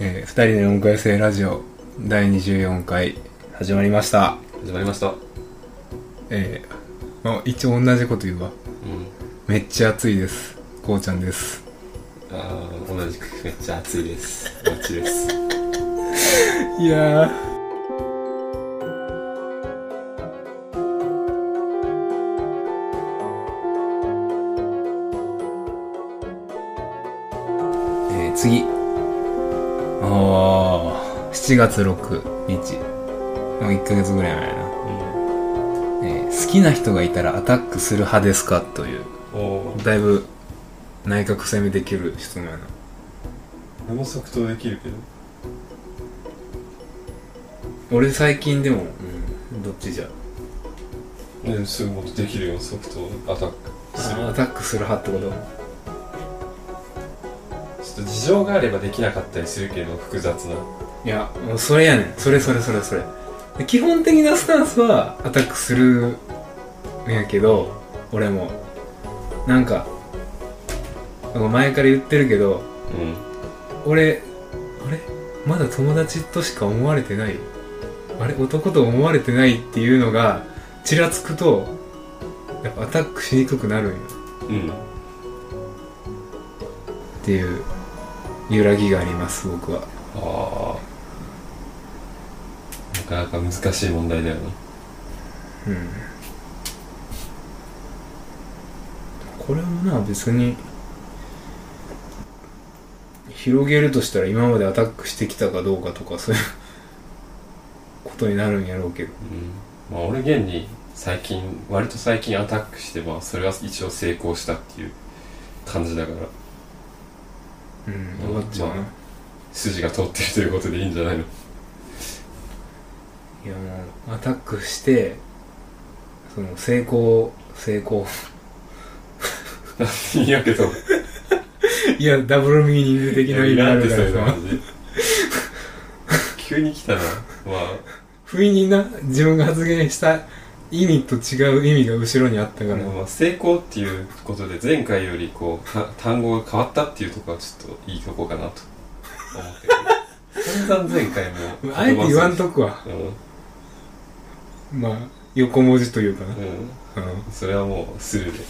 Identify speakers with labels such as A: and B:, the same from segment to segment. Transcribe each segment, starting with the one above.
A: えー、2人の4回生ラジオ第24回始まりました、
B: 始まりましたうん
A: えーまあ、一応同じこと言うわめっちゃ暑いですこうちゃんです
B: あー同じくめっちゃ暑いですマッチです
A: いやえー、次ああ7月6日もう1ヶ月ぐらい前やな
B: うん
A: えー好きな人がいたらアタックする派ですかという
B: おー
A: だいぶ内閣攻めできる質問やな
B: 俺も即答できるけど
A: 俺最近でも、うん、どっちじゃ
B: ねすぐもっとできるよ即答アタックする
A: アタックする派ってこと
B: ちょっと事情があればできなかったりするけど複雑ない
A: やもうそれやねんそれそれそれそれで基本的なスタンスはアタックするんやけど俺もなんか前から言ってるけど
B: う
A: 俺あれまだ友達としか思われてないあれ男と思われてないっていうのがちらつくとやっぱアタックしにくくなるんよ
B: んうん
A: っていう揺らぎがあります僕は
B: ああなかなか難しい問題だよね
A: うんこれもな別に広げるとしたら今までアタックしてきたかどうかとかそういうことになるんやろうけど
B: うんまあ俺現に最近割と最近アタックしてまあそれは一応成功したっていう感じだから
A: うん分かっちゃうな、
B: 筋が通ってるということでいいんじゃないの
A: いやもうアタックしてその成功成功
B: 言い訳と
A: いやダブルミーニング的な意味あ
B: な
A: る
B: んて
A: か
B: そういう
A: らさ
B: 感 じ急に来たなまあ
A: 不意にな自分が発言した意味と違う意味が後ろにあったから、
B: まあ成功っていうことで前回よりこうた単語が変わったっていうところはちょっといいとこかなと思 ってる散々前回も
A: あえて言わんとくわ
B: うん、
A: まあ横文字というかな、
B: うん、
A: う
B: それはもうスルー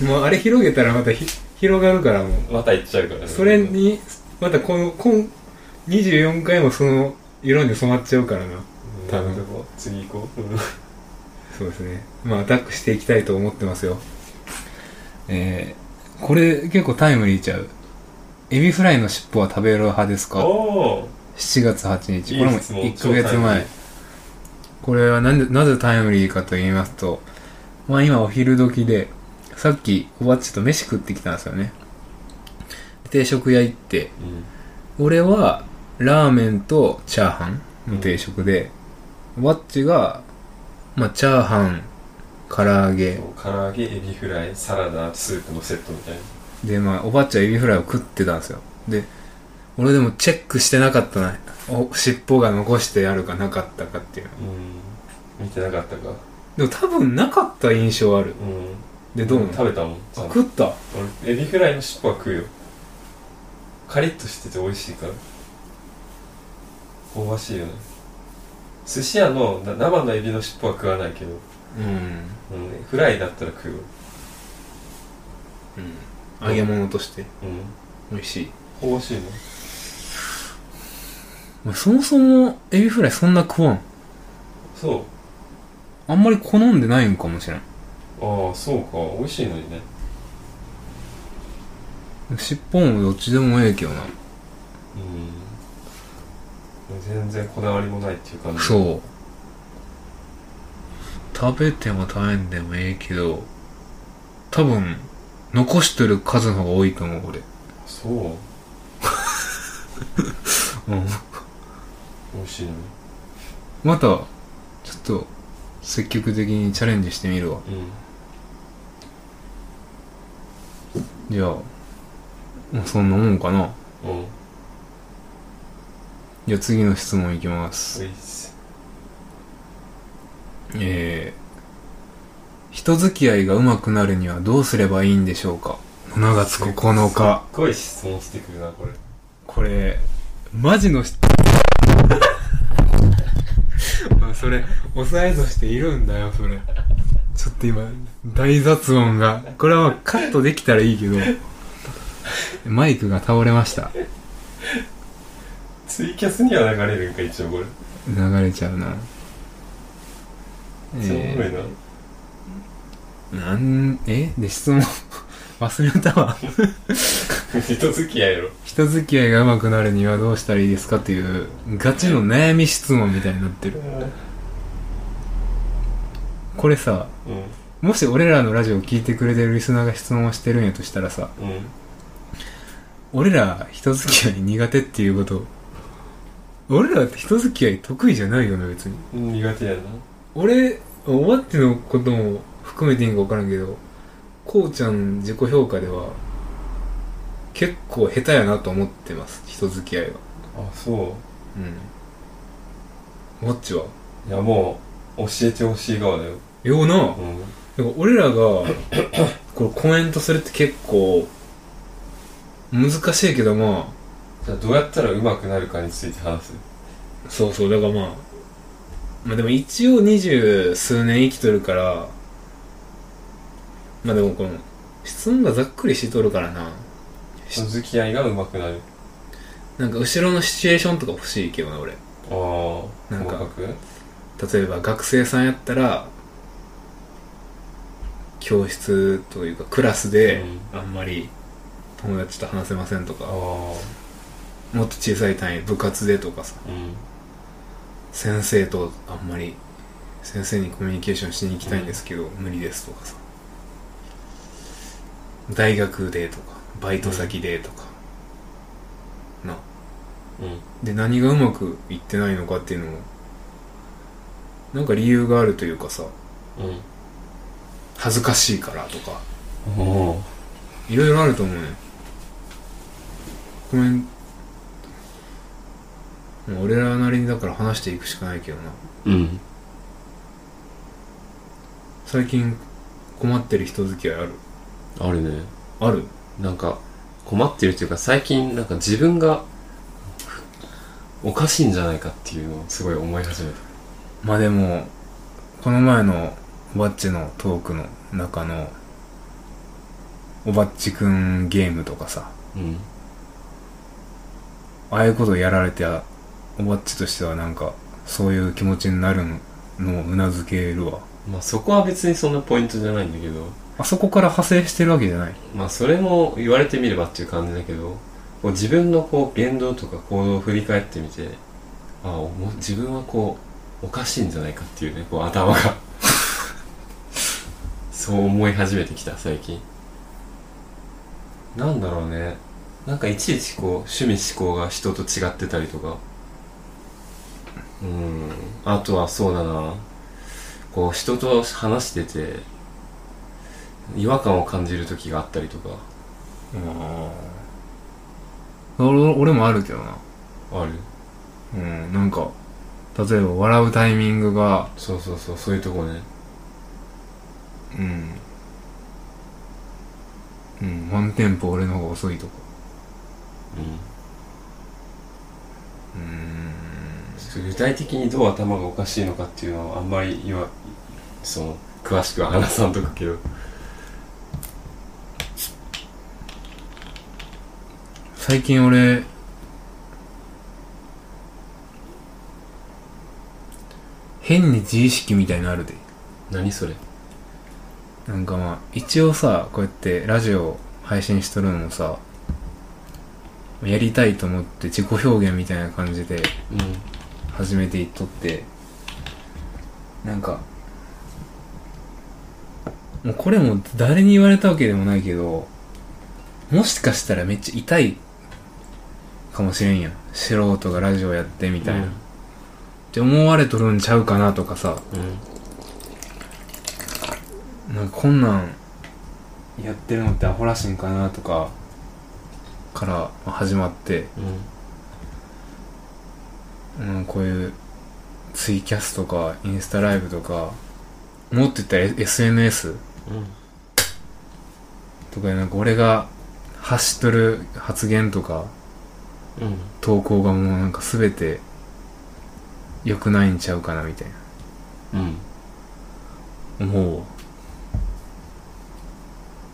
B: で
A: ん、もうあれ広げたらまたひ広がるからも
B: また行っちゃうから
A: う
B: ね
A: それにまたこの今24回もその色に染まっちゃうからな多分
B: うん次行こう、
A: そうですね。まあ、アタックしていきたいと思ってますよ。えー、これ結構タイムリーちゃう。エビフライの尻尾は食べる派です
B: お
A: か
B: お
A: ?7 月8日。
B: いい
A: これも
B: 質問
A: 1ヶ月
B: 超タイムリ
A: 前
B: ー。
A: これはなんで、なぜタイムリーかと言いますと、まあ今お昼時で、さっきおばっちと飯食ってきたんですよね。定食屋行って、
B: うん
A: 俺はラーメンとチャーハンの定食で、ワッチが、まあ、チャーハン唐揚げ
B: そう唐揚げエビフライサラダスープのセットみたいな
A: でまあおばあちゃんエビフライを食ってたんですよで俺でもチェックしてなかったなお尻尾が残してあるかなかったかっていうの
B: うん見てなかったか
A: でも多分なかった印象ある
B: うん
A: でどうも
B: 食べたもんちゃんと
A: 食った
B: 俺エビフライの尻尾は食うよカリッとしてて美味しいから香ばしいよね寿司屋のな生のエビの尻尾は食わないけど、
A: うん、
B: うん、フライだったら食うよ
A: うん、揚げ物として
B: うん
A: 美味しい、
B: 香ばしいね
A: まあ、そもそもエビフライそんな食わん
B: そう
A: あんまり好んでないんかもしれん
B: ああそうか美味しいのにね
A: 尻尾もどっちでもええけどな
B: うん全然こだわりもないっていう感じう
A: そう食べても食べんでもええけど多分残してる数の方が多いと思う俺
B: そう美味しいのに
A: またちょっと積極的にチャレンジしてみるわ
B: うん
A: じゃあまあそんなもんかな
B: うん
A: じゃあ次の質問いきます
B: スイス
A: えー、人付き合いが上手くなるにはどうすればいいんでしょうか7月9日
B: すっごい質問してくるなこれ
A: これマジのし まあそれ抑えとしているんだよそれちょっと今大雑音がこれはカットできたらいいけどマイクが倒れました
B: ツイキャスには流れるんか一応これ、
A: 流れちゃうな
B: そうおもろいな
A: ーなんえで質問 忘れたわ
B: 人付き合いやろ
A: 人付き合いが上手くなるにはどうしたらいいですかっていうガチの悩み質問みたいになってるこれさ
B: う
A: もし俺らのラジオを聞いてくれてるリスナーが質問をしてるんやとしたらさ
B: んうん
A: 俺ら人付き合い苦手っていうこと俺らって人付き合い得意じゃないよな別に
B: うん苦手やな
A: 俺終わってのことも含めていいんか分からんけどこうちゃん自己評価では結構下手やなと思ってます人付き合いは
B: あそ
A: うんウォッチは
B: ういやもう教えてほしい側だよ
A: ような、
B: うん
A: だから俺らがこれコメントするって結構難しいけどま
B: じゃあどうやったら上手くなるかについて話す
A: あそうそうだからまあまあでも一応二十数年生きとるからまあでもこの質問がざっくりしとるからな
B: 人付き合いが上手くなる
A: なんか後ろのシチュエーションとか欲しいけどな俺
B: ああ
A: なんか
B: 細かく
A: 例えば学生さんやったら教室というかクラスで
B: うん
A: あんまり友達と話せませんと
B: あ
A: か、
B: あ
A: もっと小さい単位部活でとかさ
B: うん
A: 先生とあんまり先生にコミュニケーションしに行きたいんですけど、無理ですとかさ大学でとかバイト先でとか、な
B: うん
A: で何がうまくいってないのかっていうのもなんか理由があるというかさ
B: う
A: 恥ずかしいからとか
B: んお
A: いろいろあると思うねコメンもう俺らなりにだから話していくしかないけどな
B: うん
A: 最近困ってる人付き合いある
B: あるね
A: ある
B: なんか困ってるというか最近なんか自分がおかしいんじゃないかっていうのをすごい思い始めた
A: まあでもこの前のおばっちのトークの中のおばっちくんゲームとかさ
B: うん
A: ああいうことやられてあおばっちとしてはなんかそういう気持ちになるのをうなずけるわ
B: まあそこは別にそんなポイントじゃないんだけど
A: あそこから派生してるわけじゃない
B: まあそれも言われてみればっていう感じだけどこう自分のこう言動とか行動を振り返ってみてああおも自分はこうおかしいんじゃないかっていうねこう頭が そう思い始めてきた最近なんだろうねなんかいちいちこう趣味思考が人と違ってたりとかうんあとはそうだなこう人と話してて違和感を感じる時があったりとか
A: 俺俺もあるけどな
B: あ
A: う
B: る
A: んなんか例えば笑うタイミングが
B: そうそうそうそういうとこね
A: うんうんワンテンポ俺の方が遅いとか
B: うん
A: うーん
B: ちょっと具体的にどう頭がおかしいのかっていうのはあんまり言わその詳しくは話さんとくけど
A: 最近俺変に自意識みたいのあるで
B: 何それ
A: なんかまあ一応さこうやってラジオ配信しとるのもさやりたいと思って自己表現みたいな感じで
B: うん
A: 始めていっとってなんかもうこれも誰に言われたわけでもないけどもしかしたらめっちゃ痛いかもしれんやん素人がラジオやってみたいな、
B: うん
A: って思われとるんちゃうかなとかさ
B: うん
A: なんかこんなんやってるのってアホらしいんかなとかから始まって、うん、こういうツイキャスとかインスタライブとかもっと言ったら SNS
B: うんうん
A: とかなんか俺が発しとる発言とか
B: うん
A: 投稿がもうなんか全て良くないんちゃうかなみたいな
B: うん
A: 思うわ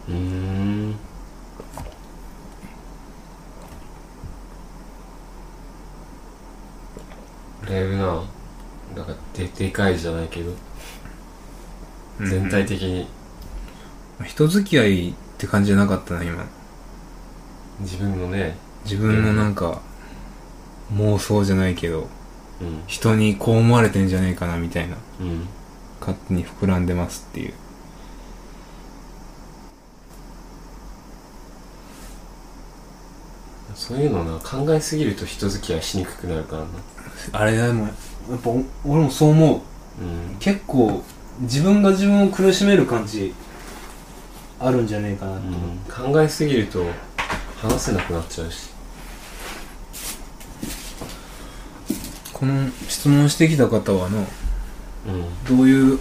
B: うーんライブななんかででかいじゃないけど、全体的に
A: 人付き合いって感じじゃなかったな今
B: 自分のね
A: 自分のなんか妄想じゃないけど
B: うん
A: 人にこう思われてんじゃねえかなみたいな
B: うん
A: 勝手に膨らんでますっていう
B: そういうのな考えすぎると人付き合いしにくくなるからな
A: あれでもやっぱお俺もそう思う
B: うん
A: 結構自分が自分を苦しめる感じあるんじゃねえかなって、
B: うん、考えすぎると話せなくなっちゃうし
A: この質問してきた方はの
B: うんなん
A: どういう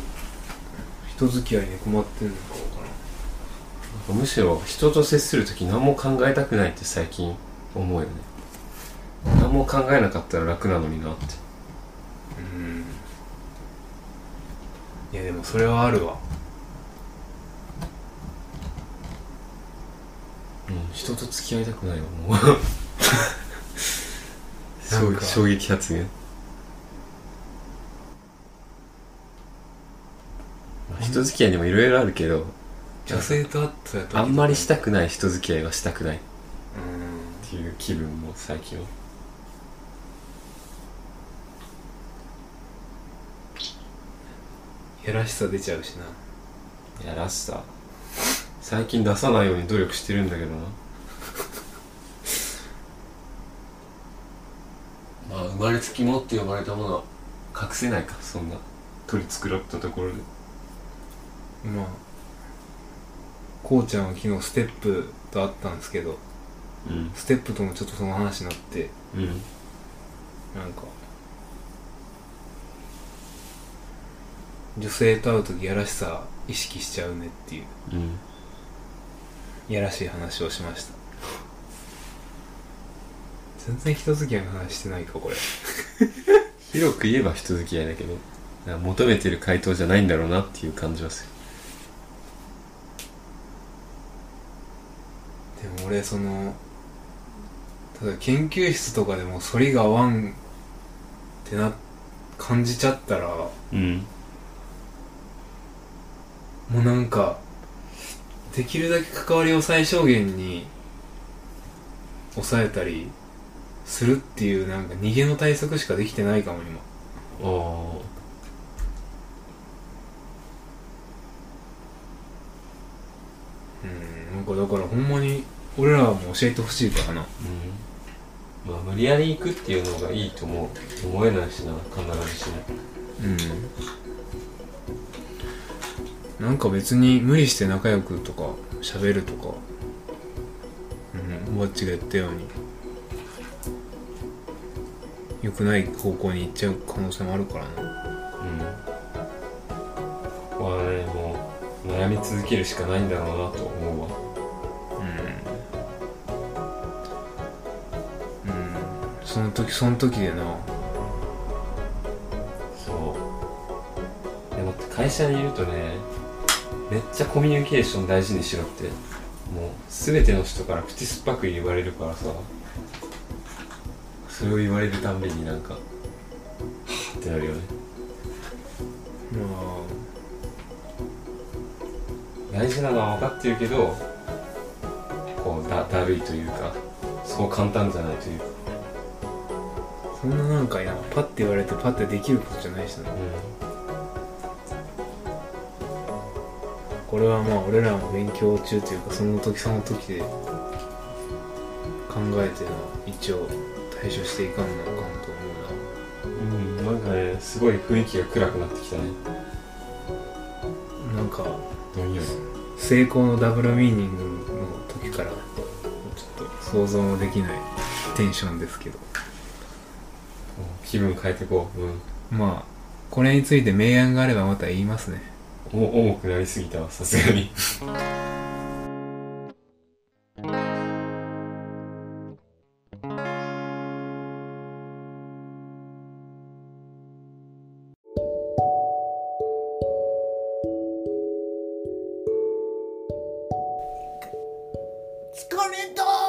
A: 人付き合いに困ってんのかわからん
B: かむしろ人と接する時何も考えたくないって最近思うよね何も考えなかったら楽なのになって
A: うんいやでもそれはあるわ
B: うん人と付き合いたくないわ もう
A: な
B: 衝
A: んか
B: 撃衝撃発言まあ人付き合いにもいろいろあるけど
A: 女性と会った時とか
B: あんまりしたくない人付き合いはしたくないっ
A: うん
B: ていう気分も最近は
A: やらしさ出ちゃうしない
B: やらしさ最近出さないように努力してるんだけどな まあ生まれつきもって呼ばれたものは隠せないかそんな取り繕ったところで
A: まあこうちゃんは昨日ステップと会ったんですけど
B: うん
A: ステップともちょっとその話になって
B: うん
A: なんか女性と会う時やらしさ意識しちゃうねっていう
B: うん
A: やらしい話をしました全然人付き合いの話してないかこれ
B: 広く言えば人付き合いだけどなんか求めてる回答じゃないんだろうなっていう感じはする
A: でも俺その例えば研究室とかでも反りが合わんってな感じちゃったらも
B: うん
A: うなんかできるだけ関わりを最小限に抑えたりするっていうなんか逃げの対策しかできてないかも今
B: ああ
A: うんなんかだからほんまに俺らも教えてほしいからな
B: うんまあ無理やり行くっていうのがいいとも思えないしな必ずしも
A: うんなんか別に無理して仲良くとか喋るとかうんおばっちが言ったように良くない方向に行っちゃう可能性もあるからな
B: うん我々も悩み続けるしかないんだろうなと思うわ
A: うんうんその時その時でな
B: そうでもって会社にいるとねめっちゃコミュニケーション大事にしろってもう全ての人から口酸っぱく言われるからさそれを言われるたんびになんかはぁってなるよね
A: ま
B: 大事なのは分かってるけどこうだだるいというかそう簡単じゃないというか
A: あそんななんかやパッて言われてパッてできることじゃないしなこれはまあ俺らも勉強中というかその時その時で考えての一応対処していかんのかんと思
B: うん、うん、なんかねすごい雰囲気が暗くなってきたね
A: うななんか
B: どんより
A: 成功のダブルミーニングの時からちょっと想像もできないテンションですけど
B: 気分変えてこううん
A: まあこれについて明暗があればまた言いますね
B: お重くなりすぎたわさすがに
C: 疲れた